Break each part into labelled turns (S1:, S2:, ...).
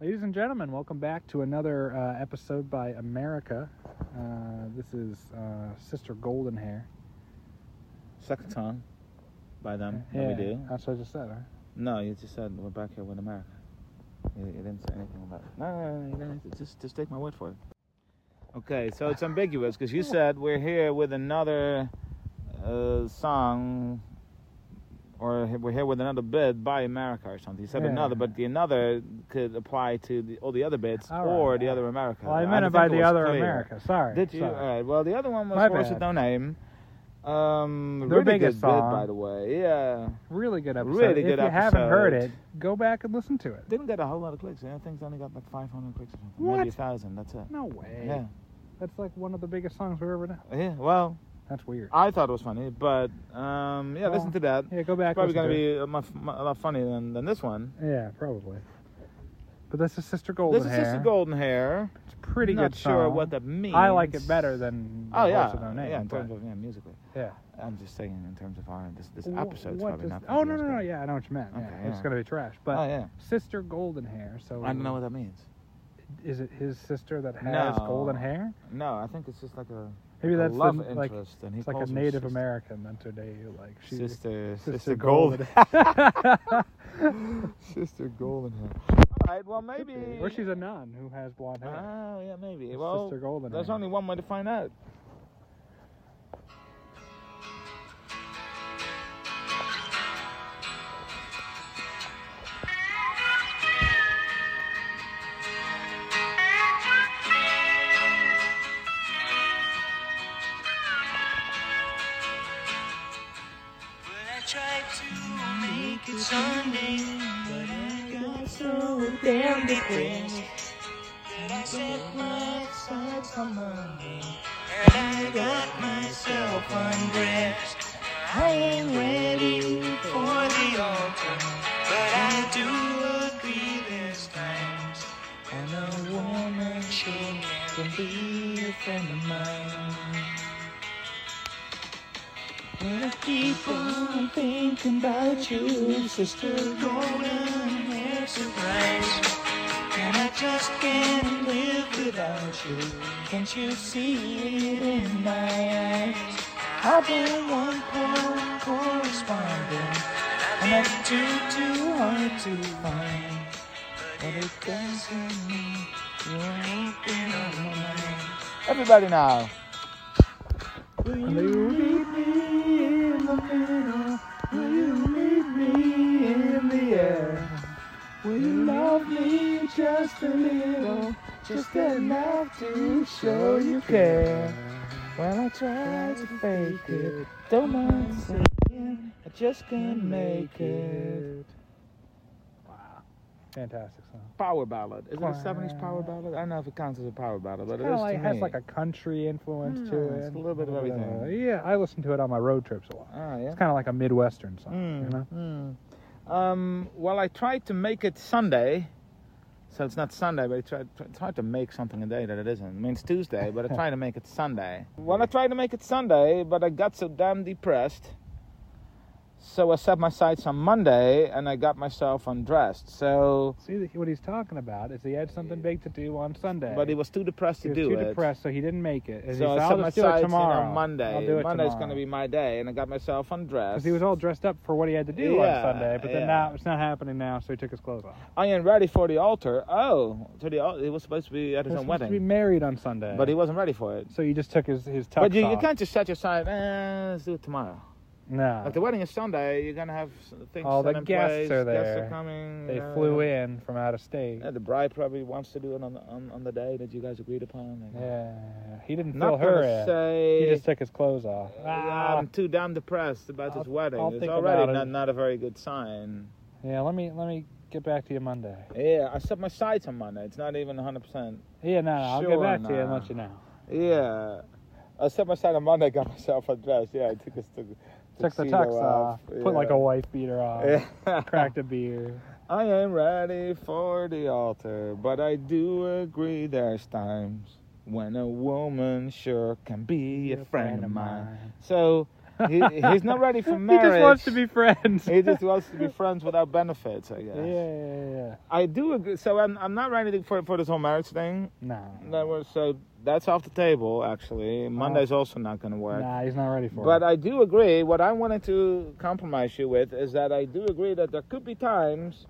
S1: Ladies and gentlemen, welcome back to another uh, episode by America. Uh, this is uh, Sister Golden Hair.
S2: Suck a tongue by them. Yeah. we Um, do.
S1: That's what I just said, huh?
S2: No, you just said we're back here with America. You, you didn't say anything about it. No, no, no, you didn't. have to- Just, just take my word for it. Okay, so it's ambiguous because you said we're here with another uh, song, or we're here with another bid by America or something. You said
S1: Yeah.
S2: another, but the another could apply to the, all the other bids
S1: All
S2: or
S1: right,
S2: the
S1: all
S2: other America.
S1: Well, I
S2: don't
S1: meant it
S2: think
S1: by the
S2: was
S1: other
S2: clear.
S1: America. Sorry.
S2: Did you? uh,
S1: Sorry.
S2: All right. Well, the other one was
S1: My
S2: Horse
S1: bad.
S2: with No Name. Um,
S1: Their
S2: really
S1: biggest
S2: good bid,
S1: song.
S2: by the way. Yeah.
S1: Really good episode.
S2: Really
S1: if
S2: good
S1: you haven't heard it,
S2: episode.
S1: go back and listen to it.
S2: Didn't get a whole lot of clicks. I think it's only got like 500 clicks or something.
S1: What?
S2: Maybe a thousand. That's it.
S1: No way.
S2: Yeah.
S1: That's like one of the biggest songs we've ever done.
S2: Yeah. Well,
S1: That's weird.
S2: I thought it was funny, but um, yeah,
S1: Well,
S2: listen to that.
S1: Yeah, go back.
S2: It's probably
S1: listen
S2: gonna
S1: to it.
S2: be a, much, mu- a lot funnier than, than this one.
S1: Yeah, probably. But this is Sister Golden
S2: this is
S1: Hair.
S2: Sister Golden Hair.
S1: It's a pretty
S2: Not
S1: good
S2: sure
S1: song.
S2: what that means.
S1: I like it better than
S2: Oh
S1: the
S2: yeah,
S1: Horse with No Name.
S2: yeah. In
S1: but-
S2: terms of yeah, musically.
S1: Yeah.
S2: I'm just saying in terms of our this this
S1: Wh-
S2: episode's
S1: what
S2: probably
S1: does-
S2: not.
S1: Oh no
S2: gonna be
S1: no
S2: as
S1: no!
S2: good.
S1: Yeah, I know what you meant. yeah,
S2: Okay,
S1: It's
S2: yeah.
S1: gonna be trash. But
S2: oh yeah.
S1: sister golden hair. So
S2: I don't know what that means.
S1: Is it his sister that
S2: No.
S1: has golden hair?
S2: No, I think it's just like a
S1: Maybe
S2: a
S1: that's the,
S2: love
S1: like
S2: interest, and he
S1: it's like a
S2: calls her
S1: Native
S2: sister.
S1: American. Then today, like she's
S2: sister,
S1: Sister
S2: sister,
S1: Golden.
S2: Golden, sister Golden hair. All right, well maybe.
S1: or she's a nun who has blonde hair.
S2: Oh yeah, maybe.
S1: It's
S2: well,
S1: Sister Golden
S2: there's
S1: hair.
S2: only one way to find out.
S3: Well, I tried to make it Sunday, but I got so damn depressed that I set my sights on Monday, and I got myself undressed. I ain't ready for the altar, but I do agree there's times when a woman should never be a friend of mine. When I keep on thinking about you, sister golden hair surprise. And I just can't live without you. Can't you see it in my eyes? I've been one poor correspondent, and I'm too, too hard to find. But it doesn't mean you ain't been on my mind.
S2: Everybody now.
S3: Will you
S1: Hello?
S3: meet me in the middle? Will you meet me in the air? Will you love me just a little? Just enough to show you care. Well, I tried to fake it. Don't mind saying I just can't make it.
S1: Wow, fantastic song.
S2: Power ballad. Is it a
S1: Quack.
S2: seventies power ballad? I don't know if it counts as a power ballad, but it
S1: Kind
S2: is
S1: of like
S2: to
S1: has
S2: me.
S1: like a country influence to
S2: Hmm,
S1: it.
S2: it's a little bit of everything.
S1: Uh, yeah, I listen to it on my road trips a lot.
S2: Ah, yeah.
S1: It's kind of like a midwestern song. You
S2: Mm,
S1: know?
S2: mm. Um, well, I tried to make it Sunday, so it's not Sunday, but I tried, tr- tried to make something a day that it isn't. I mean, it's Tuesday, but I tried to make it Sunday. Well, I tried to make it Sunday, but I got so damn depressed. So I set my sights on Monday, and I got myself undressed. So,
S1: See that- what he's talking about is he had something big to do on Sunday.
S2: but he was too depressed
S1: He
S2: to
S1: was
S2: do
S1: too
S2: it.
S1: depressed, so he didn't make it. And
S2: So
S1: he said,
S2: I
S1: I'll
S2: set my
S1: just do it
S2: sights in
S1: tomorrow.
S2: on Monday.
S1: I'll do it
S2: Monday's
S1: tomorrow.
S2: gonna be my day, and I got myself undressed.
S1: Because he was all dressed up for what he had to do on
S2: Yeah,
S1: Sunday, but then
S2: yeah.
S1: now it's not happening now, so he took his clothes off.
S2: I ain't ready for the altar. Oh, to the al- he was supposed to be at
S1: He
S2: his
S1: was
S2: own
S1: supposed to
S2: wedding.
S1: be married on Sunday,
S2: But he wasn't ready for it.
S1: so he just took his his tux
S2: But you, you
S1: off.
S2: can't just set your side, eh, let's do it tomorrow.
S1: No,
S2: Like the wedding is Sunday, you're gonna have s- things
S1: All
S2: set
S1: the
S2: in
S1: guests
S2: place,
S1: are
S2: Guests
S1: there.
S2: are coming.
S1: they
S2: uh,
S1: flew in from out of state.
S2: Yeah, the bride probably wants to do it on the, on, on the day that you guys agreed upon. Like,
S1: Yeah, he didn't fill
S2: Not gonna
S1: her in.
S2: say.
S1: He just took his clothes off.
S2: "Uh,
S1: Ah,
S2: I'm too damn depressed about this
S1: I'll-
S2: wedding.
S1: I'll
S2: it's
S1: think about
S2: already
S1: it."
S2: not, not a very good sign.
S1: yeah, let me let me get back to you Monday.
S2: Yeah, I set my sights on Monday. It's not even 100%.
S1: Yeah, no, no I'll get
S2: Sure,
S1: back to you and
S2: nah.
S1: let you know.
S2: Yeah. I set my sight on Monday, got myself undressed. Yeah, I took, this took,
S1: Took the
S2: tuxedo
S1: tux off, put like a
S2: yeah.
S1: wife beater on,
S2: Yeah.
S1: cracked a beer.
S2: I am ready for the altar, but I do agree there's times when a woman sure can be a friend of mine. So he, he's not ready for
S1: he
S2: marriage.
S1: just wants to be friends.
S2: He just wants to be friends without benefits, I guess.
S1: yeah, yeah, yeah.
S2: I do agree. So I'm, I'm not ready for for this whole marriage thing.
S1: No.
S2: That was so that's off the table actually. Monday's also not going to work.
S1: Oh. Nah, he's not ready for
S2: But
S1: it.
S2: I do agree. What I wanted to compromise you with is that I do agree that there could be times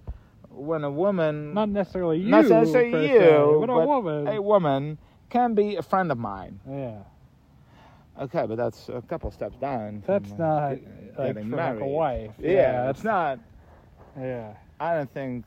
S2: when a woman,
S1: not necessarily you.
S2: um, not necessarily
S1: per
S2: you,
S1: se, but, a
S2: but
S1: woman.
S2: a woman, can be a friend of mine.
S1: yeah,
S2: Okay, but that's a couple steps down. from,
S1: that's
S2: uh,
S1: not
S2: get-
S1: like
S2: getting
S1: from like a
S2: married.
S1: wife.
S2: Yeah, it's not.
S1: Yeah,
S2: I don't think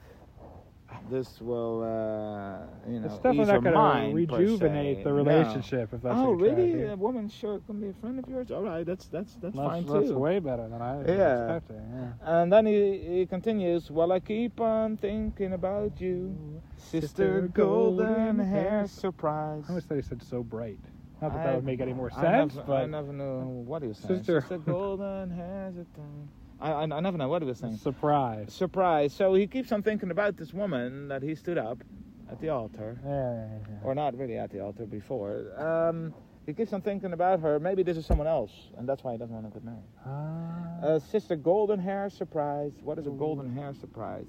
S2: this will, uh, you know,
S1: it's definitely
S2: ease
S1: not
S2: her
S1: going to
S2: mind,
S1: rejuvenate
S2: per se.
S1: the
S2: No.
S1: relationship if that's
S2: Oh,
S1: what you're trying
S2: really?
S1: to do.
S2: A woman sure can be a friend of yours. All right, that's that's
S1: That's,
S2: that's, fine
S1: that's
S2: too.
S1: way better than I was
S2: Yeah.
S1: expecting. Yeah.
S2: And then he, he continues, While I keep on thinking about you,
S1: Sister
S2: Sister Golden
S1: Golden Hair
S2: Hair Surprise.
S1: I always thought he said so bright. Not that
S2: I-
S1: that would make any more
S2: I
S1: sense,
S2: never- I
S1: but
S2: never knew what he was saying.
S1: Sister-
S2: Golden Hair Surprise. I, I, I never know what he was saying.
S1: surprise.
S2: Surprise. So he keeps on thinking about this woman that he stood up at the altar,
S1: Yeah, yeah, yeah.
S2: or not really at the altar before. Um, he keeps on thinking about her. Maybe this is someone else, and that's why he doesn't want to get married.
S1: Ah.
S2: Uh, sister, golden hair surprise. What is a golden hair surprise?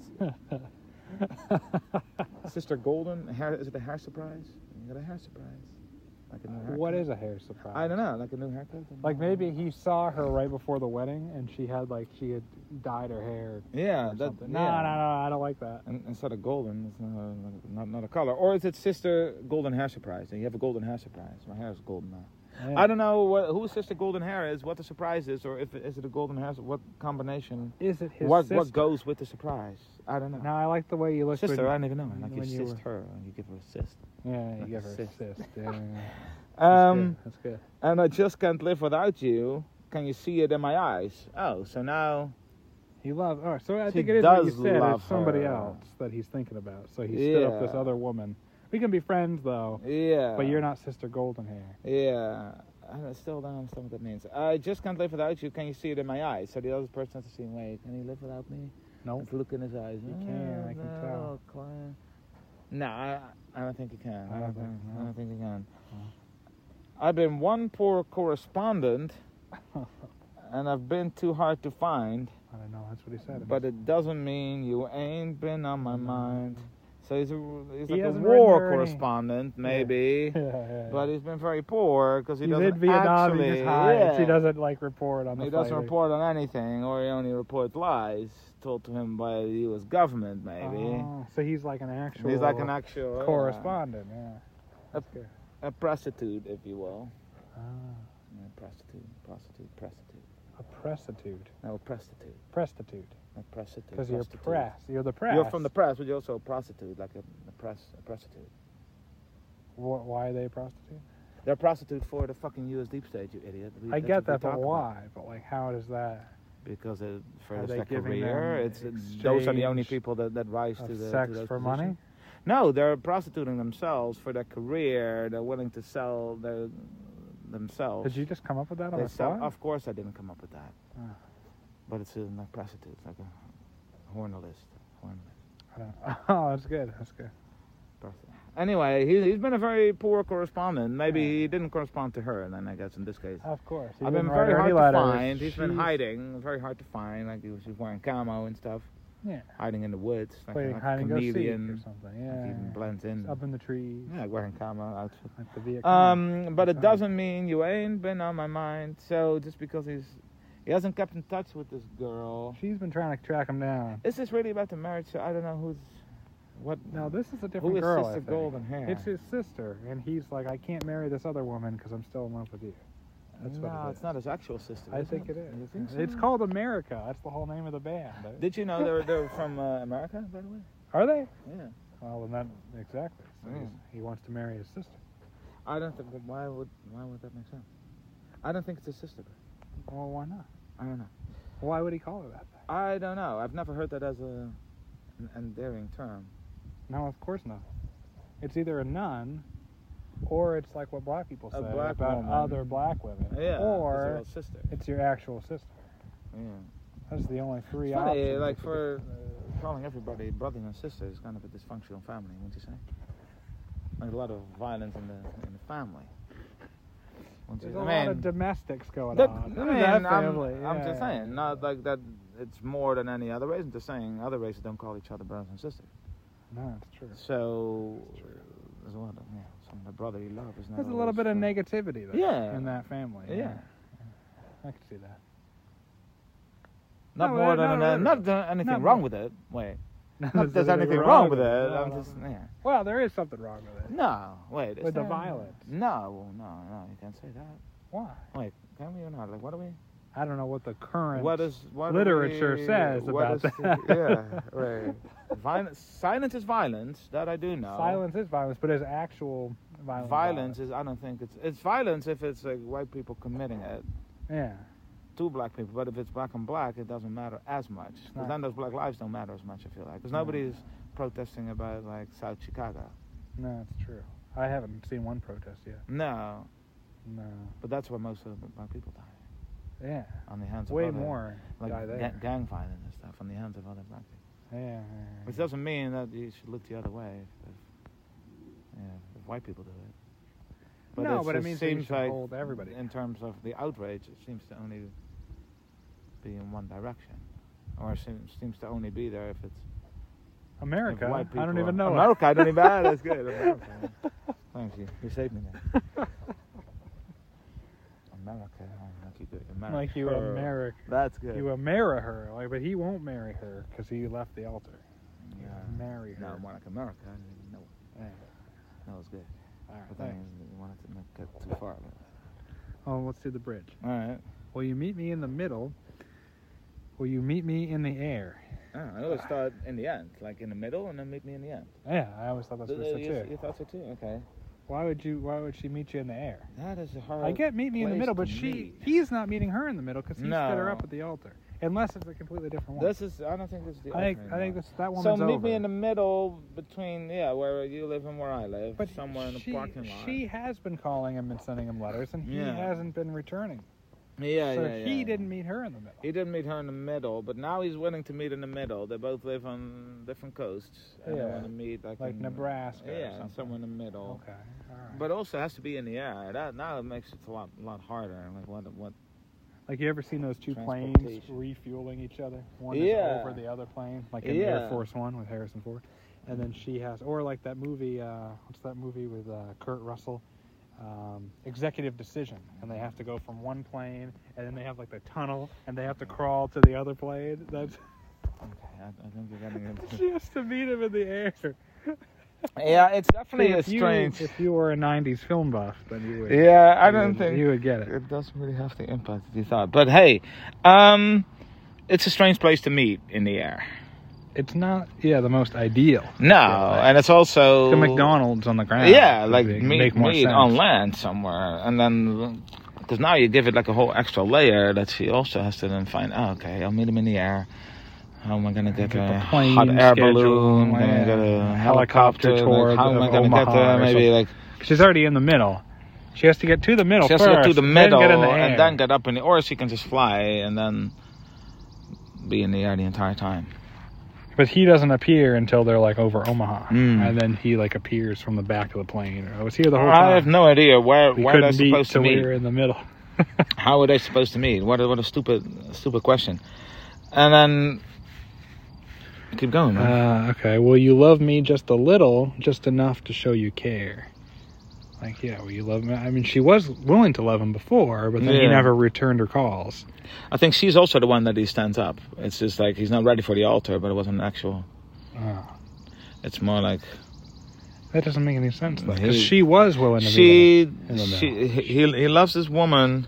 S2: sister, golden hair. Is it a hair surprise? You got a hair surprise. Like a new haircut.
S1: what is a hair surprise?
S2: I don't know. Like a new haircut.
S1: Like maybe he saw her right before the wedding, and she had like she had dyed her hair.
S2: Yeah.
S1: Or
S2: That,
S1: something. No,
S2: yeah.
S1: no, no, I don't like that.
S2: And, instead of golden, it's not a, not, not a color. Or is it sister golden hair surprise? And you have a golden hair surprise. My hair is golden now.
S1: Yeah.
S2: I don't know what, who sister golden hair is, what the surprise is, or if it- is it a golden hair. What combination?
S1: Is it his
S2: What
S1: sister?
S2: what goes with the surprise? I don't know.
S1: No, I like the way you look.
S2: sister, I
S1: when,
S2: don't even know. Like you
S1: when you
S2: assist her, you give her a assist.
S1: yeah, you
S2: Like
S1: give her
S2: sis.
S1: assist. Yeah, yeah, yeah. That's
S2: Um,
S1: good. that's good.
S2: and I just can't live without you. Can you see it in my eyes? Oh, so now
S1: He loves. All right, so I
S2: She
S1: think it is what you
S2: does
S1: said.
S2: love
S1: It's somebody
S2: her.
S1: else that he's thinking about. So he stood up this
S2: Yeah.
S1: other woman. We can be friends though,
S2: yeah.
S1: but you're not Sister Golden Hair.
S2: Yeah. I don't- still don't understand what that means. I just can't live without you. Can you see it in my eyes? So the other person has to see, wait, can he live without me?
S1: Nope.
S2: Let's look in his eyes.
S1: He can, I can
S2: no,
S1: tell.
S2: Cla- No, I, I don't think he can.
S1: I
S2: I
S1: don't
S2: don't think,
S1: think-
S2: I
S1: no.
S2: don't think he can. I've been one poor correspondent, and I've been too hard to find.
S1: I don't know. That's what he said.
S2: But it doesn't mean you ain't been on my mind. So he's, a, he's
S1: He
S2: like a
S1: hasn't written
S2: war
S1: her any-
S2: correspondent, maybe.
S1: yeah, yeah, yeah.
S2: But he's been very poor because he
S1: he's
S2: doesn't
S1: in Vietnam.
S2: actually.
S1: he just hides. He
S2: yeah.
S1: doesn't like report on the.
S2: He doesn't
S1: fighting.
S2: report on anything, or he only reports lies told to him by the U.S. government, maybe.
S1: Oh, so he's like an actual.
S2: he's like an actual yeah,
S1: correspondent. Yeah.
S2: Up-
S1: That's good.
S2: a prostitute, if you will.
S1: Ah,
S2: Yeah, prostitute, prostitute, prostitute.
S1: a prostitute.
S2: No, prostitute,
S1: Prostitute.
S2: not prostitute.
S1: Because you're
S2: prostitute.
S1: press. You're the press.
S2: You're from the press, but you're also a prostitute, like a, a press, a prostitute.
S1: Wh- Why are they a prostitute?
S2: They're a prostitute for the fucking U.S. deep state, you idiot. We-
S1: I
S2: that's
S1: get
S2: what we
S1: that, but
S2: talk about.
S1: why? But like, how does that
S2: Because it
S1: Are
S2: furthers
S1: they
S2: their
S1: giving
S2: career.
S1: them
S2: It's, it's- those are the only
S1: exchange
S2: people that, that rise to
S1: of
S2: the to
S1: sex
S2: those
S1: for
S2: positions.
S1: money?
S2: No, they're prostituting themselves for their career. They're willing to sell their themselves.
S1: Did you just come up with that on
S2: They
S1: the
S2: sell-
S1: fly?
S2: of course, I didn't come up with that.
S1: Ah.
S2: But it's uh, like prostitute, like a hornalist. hornalist.
S1: I don't know. Oh, that's good. That's good.
S2: prostitute. Anyway, he, he's been a very poor correspondent. Maybe he didn't correspond to her, and then I guess in this case.
S1: Of course. He
S2: I've
S1: didn't
S2: been
S1: write
S2: very
S1: her any
S2: hard to
S1: letters.
S2: find. He's been
S1: She's-
S2: hiding, very hard to find. Like he was just wearing camo and stuff,
S1: Yeah.
S2: hiding in the woods, like,
S1: Playing
S2: like
S1: hide
S2: a
S1: and go seek or
S2: chameleon.
S1: something.
S2: Like, even
S1: Yeah.
S2: blends in.
S1: Up in the trees.
S2: Yeah, wearing camo outfit.
S1: Like the Viet Cong.
S2: Um, but
S1: Sorry.
S2: it doesn't mean you ain't been on my mind. So just because he's he hasn't kept in touch with this girl,
S1: She's been trying to track him down.
S2: is this really about the marriage? So I don't know who's what.
S1: Now this is a different
S2: who is
S1: girl. I
S2: Sister
S1: think.
S2: Golden Hair?
S1: It's his sister, and he's like, I can't marry this other woman because I'm still in love with you. That's
S2: no,
S1: what it is.
S2: it's not his actual sister.
S1: I
S2: is
S1: think it
S2: You
S1: is.
S2: think so?
S1: It's called America. That's the whole name of the band.
S2: Did you know they're they're from uh, America, by the way?
S1: Are they?
S2: Yeah.
S1: Well, then that exactly. So
S2: Yeah.
S1: he's- He wants to marry his sister.
S2: I don't think. but Why would why would that make sense? I don't think it's his sister. though.
S1: Well, why not?
S2: I don't know.
S1: Why would he call her that?
S2: I don't know. I've never heard that as a an endearing term.
S1: No, of course not. It's either a nun, or it's like what black people say
S2: A black
S1: about
S2: woman.
S1: other black women,
S2: Yeah. 'cause they're
S1: or
S2: all sister.
S1: it's your actual sister.
S2: Yeah.
S1: That's the only three
S2: It's funny,
S1: options.
S2: like
S1: It's-
S2: for uh, calling everybody brother and sister is kind of a dysfunctional family, wouldn't you say? Like a lot of violence in the in the family. Which
S1: There's
S2: is,
S1: a
S2: I
S1: lot of
S2: mean,
S1: domestics going
S2: that,
S1: on.
S2: I
S1: Look
S2: mean,
S1: at that
S2: I'm,
S1: family.
S2: I'm
S1: yeah.
S2: just saying, not like that. It's more than any other race. I'm just saying, other races don't call each other brothers and sisters.
S1: No, it's true.
S2: So,
S1: That's true.
S2: there's a lot of, yeah, some of the brother you love is not.
S1: There's a little bit of
S2: always,
S1: negativity there
S2: Yeah.
S1: in that family.
S2: Yeah.
S1: I can see that.
S2: uh, Not
S1: No,
S2: more
S1: uh,
S2: than
S1: no, no,
S2: uh, not uh, anything
S1: not
S2: wrong
S1: more.
S2: with it. Wait,
S1: Not
S2: not
S1: that
S2: there's anything wrong, with it.
S1: No,
S2: I'm
S1: no,
S2: just
S1: no.
S2: yeah.
S1: Well, there is something wrong with it.
S2: No, wait. is
S1: With the
S2: there-
S1: violence.
S2: No, well, no, no. You can't say that.
S1: Why?
S2: Can we or not? Like, what are we?
S1: I don't know what the current.
S2: What is what
S1: literature
S2: we,
S1: says
S2: what
S1: about
S2: is the- yeah, right. Violence, silence is violence. That I do know.
S1: Silence is violence, but is actual violence.
S2: Violence is. I don't think it's. It's violence if it's like white people committing it
S1: Yeah.
S2: to black people. But if it's black and black, it doesn't matter as much. 'Cause
S1: Right.
S2: then those black lives don't matter as much. I feel like because
S1: No.
S2: nobody's protesting about like South Chicago.
S1: No, it's true. I haven't seen one protest yet.
S2: No,
S1: No.
S2: but that's where most of the black people die
S1: Yeah.
S2: on the hands
S1: Way
S2: of other,
S1: more
S2: like
S1: guy
S2: ga-
S1: there.
S2: gang violence and stuff on the hands of other black people.
S1: yeah. yeah,
S2: Which
S1: yeah.
S2: doesn't mean that you should look the other way if, if, yeah, if white people do it.
S1: No,
S2: it's-
S1: but it
S2: it
S1: means that you
S2: seems
S1: should
S2: like
S1: hold everybody.
S2: in terms of the outrage, it seems to only be in one direction, or it seems, seems to only be there if it's if
S1: America.
S2: white
S1: I don't
S2: people
S1: even
S2: are-
S1: know.
S2: America, I don't even. ah, That's good. America. Thank you. You saved me. There. America, I like you good. America.
S1: Like you, America.
S2: That's good.
S1: You will marry her, like, but he won't marry her because he left the altar.
S2: yeah.
S1: marry
S2: No,
S1: her.
S2: more like America. I didn't even know.
S1: Yeah.
S2: That was good.
S1: All right,
S2: But then
S1: thanks.
S2: you wanted to not get too far.
S1: Oh, let's do the bridge.
S2: All right.
S1: Will you meet me in the middle? Will you meet me in the air?
S2: Ah, I always thought in the end, like in the middle, and then meet me in the end.
S1: Yeah, I always thought that's
S2: Th-
S1: what
S2: th-
S1: it
S2: you,
S1: said
S2: you
S1: too.
S2: thought so too? Okay.
S1: Why would you? Why would she meet you in the air?
S2: That is a hard.
S1: I get meet me in the
S2: place
S1: middle,
S2: to
S1: but she
S2: meet.
S1: he's not meeting her in the middle because he set her
S2: No.
S1: up at the altar. Unless it's a completely different one.
S2: This is. I don't think this is the.
S1: I think
S2: ultimate
S1: I think
S2: one.
S1: this that woman's
S2: So meet
S1: over.
S2: me in the middle between yeah, where you live and where I live,
S1: but
S2: somewhere in the
S1: she,
S2: parking lot.
S1: She has been calling him and sending him letters, and he
S2: Yeah.
S1: hasn't been returning.
S2: yeah,
S1: so
S2: yeah, yeah.
S1: he didn't meet her in the middle.
S2: He didn't meet her in the middle, but now he's willing to meet in the middle. They both live on different coasts. And
S1: Yeah.
S2: they want to meet like,
S1: Like
S2: in-
S1: Nebraska or
S2: Yeah,
S1: something.
S2: somewhere in the middle.
S1: Okay, all right.
S2: Oh. But also has to be in the air. That now it makes it a lot lot harder. Like what what?
S1: Like you ever seen those two planes
S2: Transportation.
S1: refueling each other? One is
S2: Yeah.
S1: over the other plane, like in Air
S2: Yeah.
S1: Force One with Harrison Ford, and then she has, or like that movie, uh, what's that movie with uh, Kurt Russell? Um, executive decision, and they have to go from one plane, and then they have like the tunnel, and they have to crawl to the other plane. That's
S2: Okay, I, I think you're getting into.
S1: she has to meet him in the air.
S2: yeah, it's definitely a
S1: if you,
S2: strange.
S1: If you were a '90s film buff, then you would.
S2: Yeah, I
S1: you
S2: don't
S1: would-
S2: think
S1: you would get it.
S2: it doesn't really have the impact that you thought. But hey, um, it's a strange place to meet in the air.
S1: It's not, yeah, the most ideal.
S2: No,
S1: Yeah.
S2: and it's also
S1: The McDonald's on the ground.
S2: Oh. Yeah,
S1: would
S2: like
S1: be-
S2: meat, meat on land somewhere, and then because now you give it like a whole extra layer that she also has to then find. Oh, okay, I'll meet him in the air. How am I gonna get,
S1: Get
S2: a
S1: the plane
S2: hot air
S1: schedule,
S2: balloon? Gonna
S1: yeah.
S2: get a
S1: Helicopter
S2: helicopter.
S1: tour
S2: Like, how am I
S1: of
S2: gonna
S1: Omaha
S2: get there?
S1: or
S2: Maybe
S1: something.
S2: like
S1: She's already in the middle. She has to get to the middle
S2: she has
S1: first.
S2: to get to the
S1: then
S2: middle
S1: get in the air.
S2: and then get up in the, or she can just fly and then be in the air the entire time.
S1: But he doesn't appear until they're like over Omaha,
S2: Mm.
S1: and then he like appears from the back of the plane. I was here the whole
S2: I have
S1: time.
S2: no idea where
S1: we
S2: where they're
S1: couldn't beat
S2: supposed to
S1: till we
S2: meet.
S1: were in the middle.
S2: How are they supposed to meet? What a, what a stupid stupid question. And then keep going, man.
S1: Uh, okay. Well, you love me just a little, just enough to show you care. Like, yeah, well, you love me. I mean, she was willing to love him before, but then he
S2: Yeah.
S1: never returned her calls.
S2: I think she's also the one that he stands up. It's just like he's not ready for the altar, but it wasn't actual.
S1: Oh,
S2: It's more like
S1: that doesn't make any sense, though, because
S2: He-
S1: she was willing to meet him.
S2: she
S1: in the
S2: she he he loves this woman.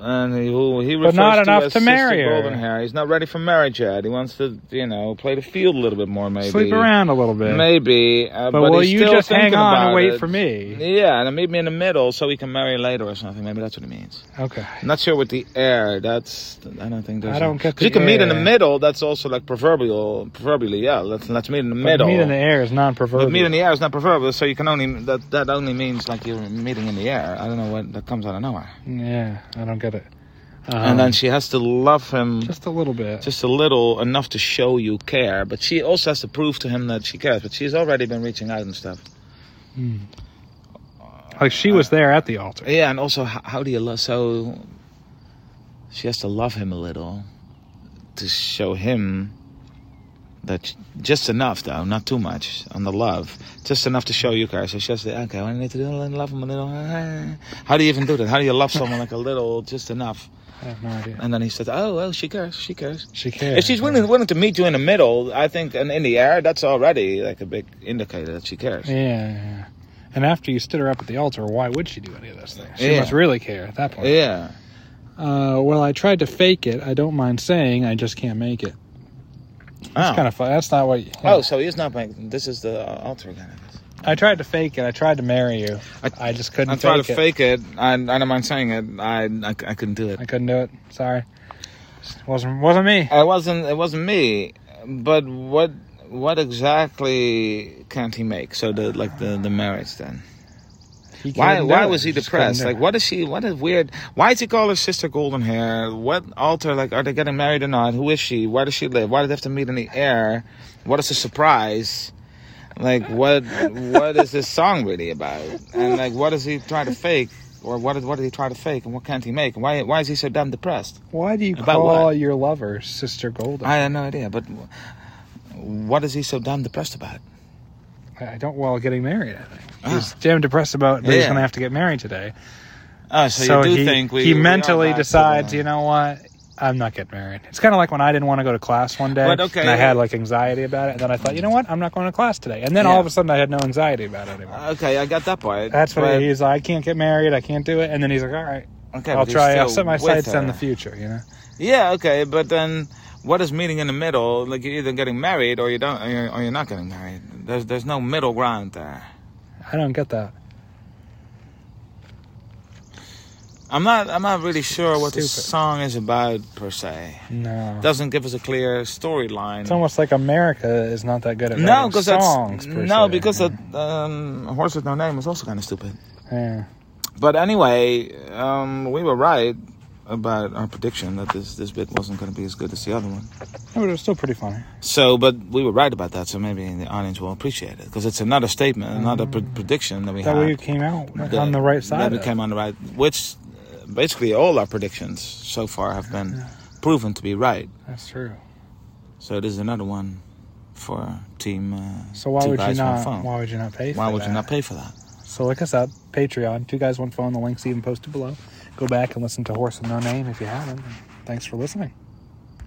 S2: And he, who he refers
S1: But not
S2: to
S1: enough
S2: as
S1: to marry
S2: Sister
S1: her.
S2: Golden Hair. He's not ready for marriage yet. He wants to, you know, play the field a little bit more, maybe.
S1: Sleep around a little bit.
S2: Maybe. Uh,
S1: But
S2: but
S1: will
S2: he's
S1: you
S2: still
S1: just hang
S2: thinking
S1: on and
S2: about
S1: wait
S2: it.
S1: for me?
S2: Yeah, and meet me in the middle so we can marry later or something. Maybe that's what it means.
S1: Okay.
S2: I'm not sure with the air. That's I don't think there's.
S1: I don't
S2: a-
S1: get
S2: 'cause you
S1: the
S2: can meet in the
S1: air.
S2: middle. That's also like proverbial. Proverbially, yeah. Let's let's meet in the middle.
S1: But meat in the air is non-proverbial.
S2: But meet in the air is not proverbial, so you can only that that only means like you're meeting in the air. I don't know what that comes out of nowhere.
S1: Yeah, I don't get it. Um,
S2: and then she has to love him Ah. just,
S1: just a little bit.
S2: a little enough to show you care, but she also has to prove to him that she cares. But she's already been reaching out and stuff.
S1: Mm. Like she was there at the altar.
S2: Yeah, and also, how, how do you love? So she has to love him a little to show him that sh- just enough, though, not too much on the love, just enough to show you guys. So she has to, okay, what do I need to do? I love him a little. eh. How do you even do that? How do you love someone like a little, just enough?
S1: I have no idea.
S2: And then he says, oh, well, she cares, she cares.
S1: She cares.
S2: If she's willing, willing to meet you in the middle, I think, and in the air, that's already like a big indicator that she cares.
S1: Yeah, yeah, yeah. And after you stood her up at the altar, why would she do any of those things? She
S2: Yeah.
S1: must really care at that point.
S2: Yeah.
S1: Uh, well, I tried to fake it. I don't mind saying I just can't make it. That's
S2: Oh.
S1: kind of fun. That's not what. You,
S2: oh, so he's not making. This is the uh, altar again.
S1: I tried to fake it. I tried to marry you. I, just couldn't
S2: I
S1: fake
S2: tried to
S1: it.
S2: fake it. I, I don't mind saying it. I, I, I couldn't do it.
S1: I couldn't do it. Sorry. Just wasn't wasn't me.
S2: It wasn't. It wasn't me. But what what exactly can't he make? So the like the, the marriage then.
S1: He
S2: Why
S1: couldn't
S2: why
S1: do it.
S2: was he
S1: just couldn't
S2: depressed?
S1: do
S2: Like
S1: it.
S2: what is she? What is weird? Why does he call her sister golden hair? What altar? Like are they getting married or not? Who is she? Where does she live? Why do they have to meet in the air? What is the surprise? Like what what is this song really about? And like what does he try to fake? Or what did what did he try to fake? And what can't he make? And why why is he so damn depressed?
S1: Why do you
S2: About
S1: call
S2: what?
S1: your lover Sister Golden?
S2: I had no idea, but w- what is he so damn depressed about?
S1: I don't. Well, getting married. I think
S2: Ah.
S1: he's damn depressed about that he's
S2: Yeah.
S1: gonna have to get married today.
S2: Oh, so, you do
S1: he,
S2: think we
S1: he
S2: we are
S1: mentally
S2: back to
S1: decides,
S2: the-
S1: you know what? I'm not getting married. It's kind of like when I didn't want to go to class one day,
S2: But, okay.
S1: and I had like anxiety about it, and then I thought, you know what? I'm not going to class today, and then
S2: Yeah.
S1: all of a sudden I had no anxiety about it anymore.
S2: Okay, I got that part.
S1: That's what
S2: but-
S1: he's like. I can't get married. I can't do it, and then he's like, all right,
S2: Okay,
S1: I'll
S2: but he's
S1: try. I'll
S2: still
S1: set my
S2: with
S1: sights on the
S2: her.
S1: future. You know,
S2: Yeah, okay, but then what is meeting in the middle? Like you're either getting married or you don't, or you're, or you're not getting married. There's there's no middle ground there.
S1: I don't get that.
S2: I'm not I'm not really sure what this
S1: Stupid.
S2: song is about per se.
S1: No,
S2: Doesn't give us a clear storyline.
S1: it's almost like America is not that good at
S2: no,
S1: writing
S2: because
S1: songs.
S2: that's
S1: per
S2: no,
S1: se.
S2: because that um, horse with no name is also kind of stupid.
S1: yeah.
S2: But anyway, um, we were right about our prediction that this this bit wasn't going to be as good as the other one.
S1: No, but it was still pretty funny.
S2: So, but we were right about that. So maybe the audience will appreciate it because it's another statement, another pre- prediction that we
S1: Mm. That
S2: had
S1: way you came out
S2: that-
S1: on the right
S2: That
S1: side.
S2: we
S1: of it.
S2: came on the right, which uh, basically all our predictions so far have been proven to be right.
S1: That's true.
S2: So this is another one for team. Uh,
S1: So why
S2: two
S1: would you
S2: guys, one
S1: not?
S2: phone.
S1: Why would you not pay? For
S2: Why would
S1: that?
S2: you not pay for that?
S1: So like I said, Patreon, two guys, one phone. The link's even posted below. Go back and listen to Horse with No Name if you haven't. Thanks for listening.